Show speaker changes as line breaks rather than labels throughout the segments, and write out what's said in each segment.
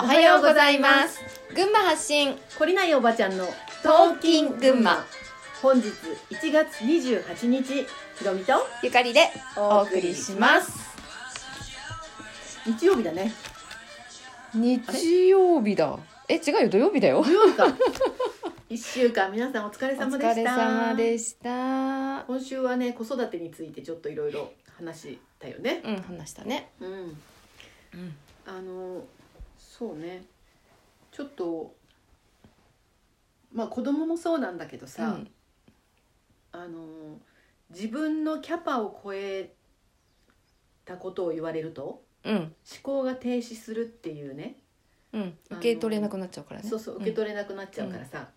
おはようございます群馬発信
懲りないおばちゃんの
トーキン群馬
本日1月28日ひろみと
ゆかりでお送りします
日曜日 だね
日曜日だえ違うよ土曜日だよ
土曜日か一週間皆さんお疲れ
お
様でした
疲れ様でした
今週はね子育てについてちょっといろいろ話したよね
うん話したね
うん
うん
あのそうねちょっとまあ子供もそうなんだけどさ、
うん
あの自分のキャパを超えたことを言われると思
うん
考が停止するっていうね
うん受け取れなくなっちゃうからね
そうそう受け取れなくなっちゃうからさ、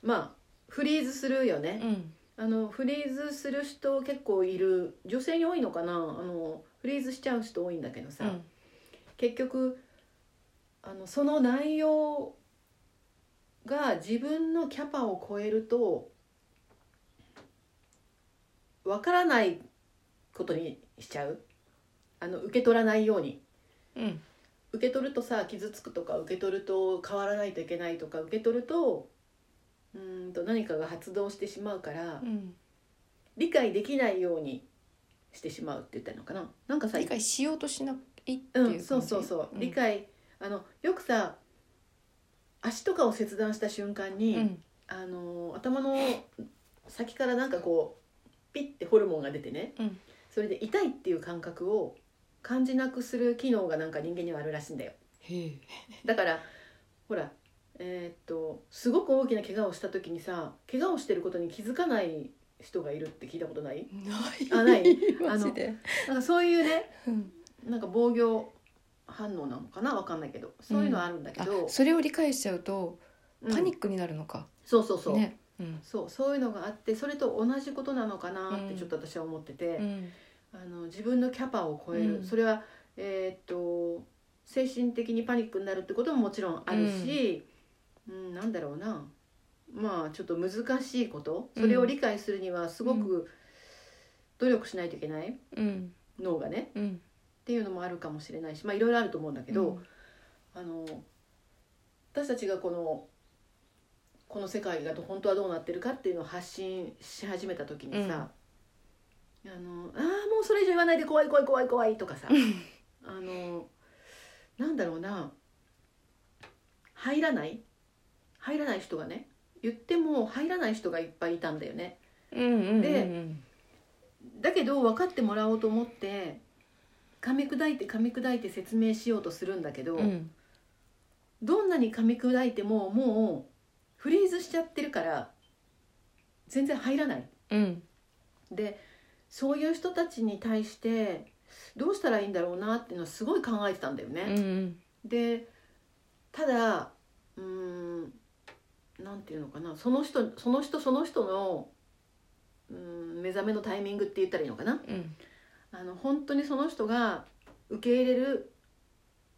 まあフリーズするよね、
うん
あのフリーズする人結構いる女性に多いのかなあのフリーズしちゃう人多いんだけどさ、
うん
結局あのその内容が自分のキャパを超えるとわからないことにしちゃうあの受け取らないように
うん
受け取るとさ傷つくとか受け取ると変わらないといけないとか受け取るとうーんと何かが発動してしまうから
うん
理解できないようにしてしまうって言ったらいいのかななんかさ
理解しようとしないっていう
う
感じ
ん、そうそうそう、
ん
理解あのよくさ足とかを切断した瞬間
う
に、
ん
あの頭の先からなんかこうピッてホルモンが出てね、
うん
それで痛いっていう感覚を感じなくする機能がなんか人間にはあるらしいんだよ
へえ
だからほらえーっとすごく大きな怪我をした時にさ怪我をしてることに気づかない人がいるって聞いたことない
ない
あない
マジで
なんかそういうね
うん
なんか防御反応なのかなわかんないけどそういうのはあるんだけ
あ
ど、
それを理解しちゃうと
うん
パニックになるのか
そうそうそう、
ねうん
そうそういうのがあってそれと同じことなのかなって
うん
ちょっと私は思ってて、
うん
あの自分のキャパを超える、
うん
それはえーっと精神的にパニックになるってことももちろんあるし、うんなんだろうなまあちょっと難しいことそれを理解するにはすごく努力しないといけない
うん
脳がね
うん
っていうのもあるかもしれないしまあいろいろあると思うんだけど、あの私たちがこのこの世界がど本当はどうなってるかっていうのを発信し始めた時にさ「あのあーもうそれ以上言わないで怖い怖い怖い怖い」とかさあのなんだろうな入らない入らない人がね言っても入らない人がいっぱいいたんだよね。
うんうんうん
で
うん
だけど分かってもらおうと思って噛み砕いて噛み砕いて説明しようとするんだけど。
うん
どんなに噛み砕いてももうフリーズしちゃってるから全然入らない
うん
でそういう人たちに対してどうしたらいいんだろうなっていうのをすごい考えてたんだよ
う
ね。
ん
でただうーんなんていうのかなその人その人その人のうーん目覚めのタイミングって言ったらいいのかな
うん
あの本当にその人が受け入れる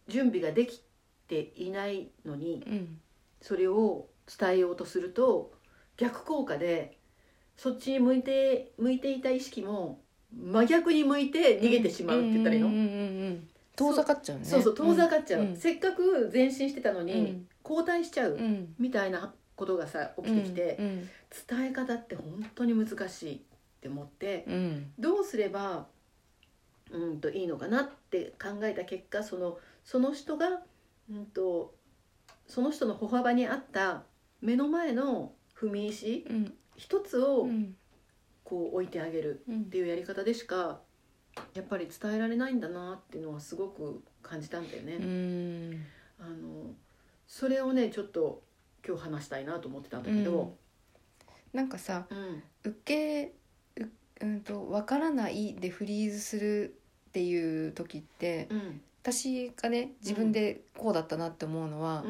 準備ができていないのに、
うん
それを伝えようとすると逆効果でそっちに向いて向いていた意識も真逆に向いて逃げてしまうって言ったらいいの、
うんうんうんうん遠ざかっちゃうね
そうそう遠ざかっちゃう、
うん
せっかく前進してたの
う
に
ん
後退しちゃう、
うん
みたいなことがさ起きてきて、
うん
伝え方って本当に難しいって思って
うん
どうすればうんといいのかなって考えた結果そのその人がうんとその人の歩幅に合った目の前の踏み石
うん
一つ
う
を
ん
こう置いてあげる
うん
っていうやり方でしかやっぱり伝えられないんだなっていうのはすごく感じたんだよね。
うん
あのそれをねちょっと今日話したいなと思ってたんだけど、
なんかさ
うん
受けううんとわからないでフリーズするっていう時って
うん
私がね自分でこうだったなって思うのは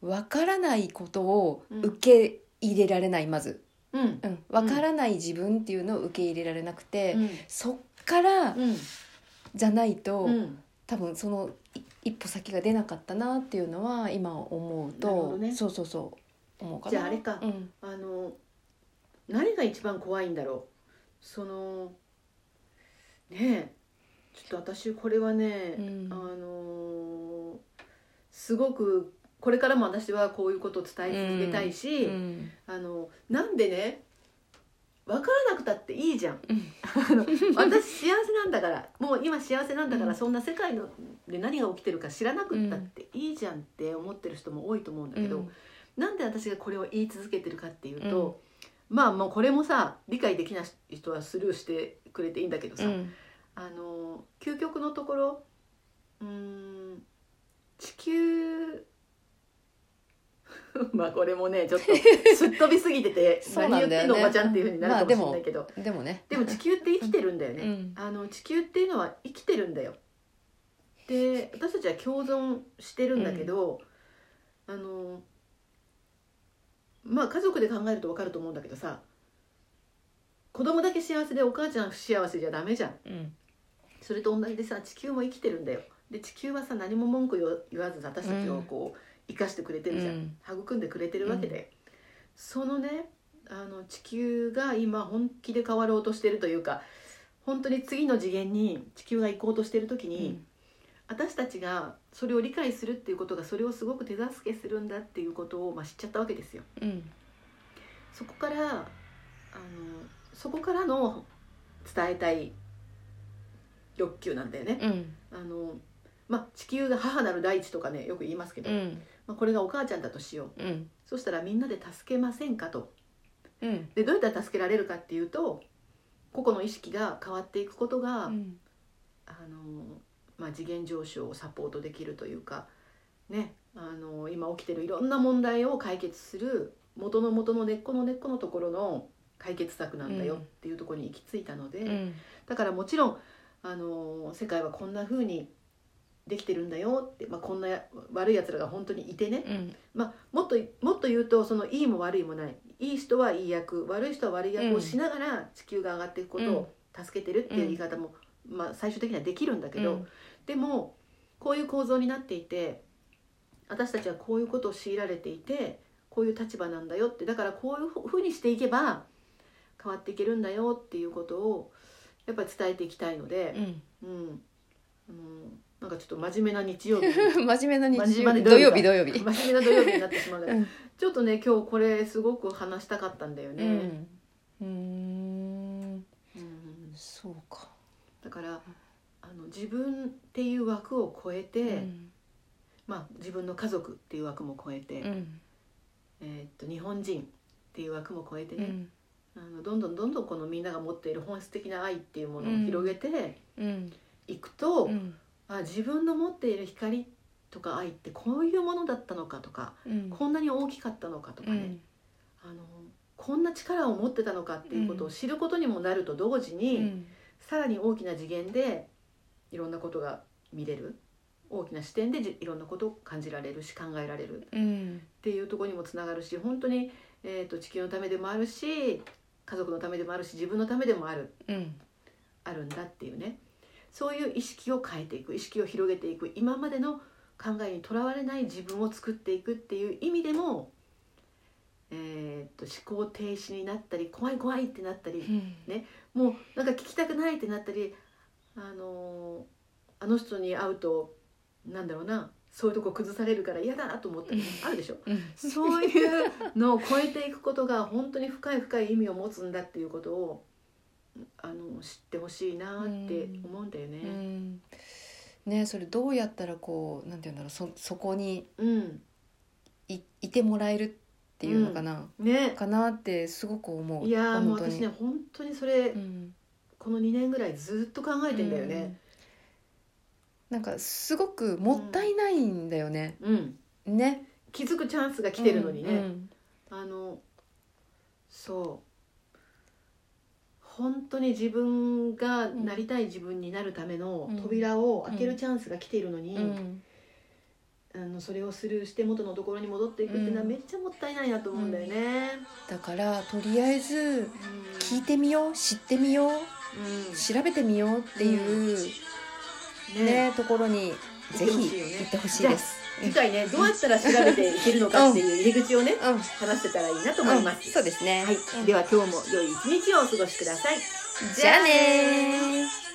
う、ん
わからないことを受け入れられないまず、
うん
うん、わからない自分っていうのを受け入れられなくて、
うん
そっから
うん
じゃないと、
うん
多分そのい一歩先が出なかったなっていうのは今思う
なるほ
と、
どね
そうそうそう思うかな
じゃああれか
うん
あの何が一番怖いんだろうそのねえちょっと私これはね、
うん
あのーすごくこれからも私はこういうことを伝え続けたいし、
うん
あのなんでね分からなくたっていいじゃん
うん
あの私幸せなんだからもう今幸せなんだから、
うん
そんな世界ので何が起きてるか知らなくったっていいじゃんって思ってる人も多いと思うんだけど、なんで私がこれを言い続けてるかっていうと、まあもうこれもさ理解できない人はスルーしてくれていいんだけどさ、
うん
あの究極のところうーん地球 まあこれもねちょっとすっ飛びすぎて て
そうな
何言
んだよ
って
ね
んのおばちゃんっていうふうになるかもしれ
まあ
ないけど、
でもね
でも地球って生きてるんだよね、
うん
あの地球っていうのは生きてるんだよで私たちは共存してるんだけど、あのまあ家族で考えると分かると思うんだけどさ子供だけ幸せでお母ちゃん不幸せじゃダメじゃん
うん
それと同じでさ地球も生きてるんだよで地球はさ何も文句言わ言わず私たちをこう生かしてくれてるじゃん、育んでくれてるわけで、そのねあの地球が今本気で変わろうとしてるというか本当に次の次元に地球が行こうとしてる時に、私たちがそれを理解するっていうことがそれをすごく手助けするんだっていうことを、まあ、知っちゃったわけですよ。
うん
そこからあのそこからの伝えたい欲求なんだよね。
うん
あのまあ、地球が母なる大地とかねよく言いますけど、
うん
まあ、これがお母ちゃんだとしよう
うん
そしたらみんなで助けませんかと
うん
でどうやったら助けられるかっていうと個々の意識が変わっていくことが、
うん
あのまあ、次元上昇をサポートできるというか、ね、あの今起きてるいろんな問題を解決する元の元の根っこの根っこのところの解決策なんだよっていうところに行き着いたので。
うん
だからもちろんあの世界はこんな風にできてるんだよって、まあ、こんな悪いやつらが本当にいてね、
うん
まあ、もっともっと言うとそのいいも悪いもないいい人はいい役悪い人は悪い役をしながら地球が上がっていくことを助けてるっていう言い方も、まあ、最終的にはできるんだけど、でもこういう構造になっていて私たちはこういうことを強いられていてこういう立場なんだよってだからこういうふうにしていけば変わっていけるんだよっていうことをやっぱり伝えていきたいので
う、ん
うんあのなんかちょっと真面目な日曜日
真面目な日
真
曜
面目
日
な
土曜日土曜日
真面目な土曜日になってしまうんだけど、
うん
ちょっとね今日これすごく話したかったんだよ
う
ね、
んうーん
うん
そうか
だからあの自分っていう枠を超えて、
うん
まあ、自分の家族っていう枠も超えて、
うん
えーっと日本人っていう枠も超えて
う
ね、
ん
あのどんどんどんどんこのみんなが持っている本質的な愛っていうもの
う
を
ん
広げて
うん
いくと、
うん
あ自分の持っている光とか愛ってこういうものだったのかとか、
うん
こんなに大きかったのかとかね、あのこんな力を持ってたのかっていうことを知ることにもなると同時
う
に、
ん
さらに大きな次元でいろんなことが見れる大きな視点でじいろんなことを感じられるし考えられる
うん
っていうところにもつながるし本当に、えー、と地球のためでもあるし家族のためでもあるし自分のためでもある
うん
あるんだっていうねそういう意識を変えていく意識を広げていく今までの考えにとらわれない自分を作っていくっていう意味でも、えー、と思考停止になったり怖い怖いってなったりもうなんか聞きたくないってなったり、あのーあの人に会うとなんだろうなそういうとこ崩されるから嫌だと思ったりあるでしょ
うん
そういうのを超えていくことが本当に深い深い意味を持つんだっていうことをあの知ってほしいなって思うんだよ
う
ね。
んねそれどうやったらこうなんていうんだろうそそこに
うん、
いいてもらえるっていうのかな、
ね。
かなってすごく思う
いやーも
本
う
当
私
に
ね本当にそれ、
うん
この2年ぐらいずっと考えてんだよね。
うんなんかすごくもったいないんだよね、
うん、
ね
気づくチャンスが来てるのにね。
うん
あのそう本当に自分がなりたい自分になるための
うん
扉を開けるチャンスが来ているのに、
うん
あのそれをスルーして元のところに戻っていくっていうのは
うん
めっちゃもったいないなと思うんだよね。
だからとりあえず
うん
聞いてみよう知ってみよう
うん
調べてみようっていう、
ね
ねところにぜひ
行ってほしいよね
行ってほしいです。
次回ねどうやったら調べていけるのかっていう入り口をね
うん、うん
話せたらいいなと思います。
そうですね。
はい、では今日も良い一日をお過ごしください。
じゃあねー。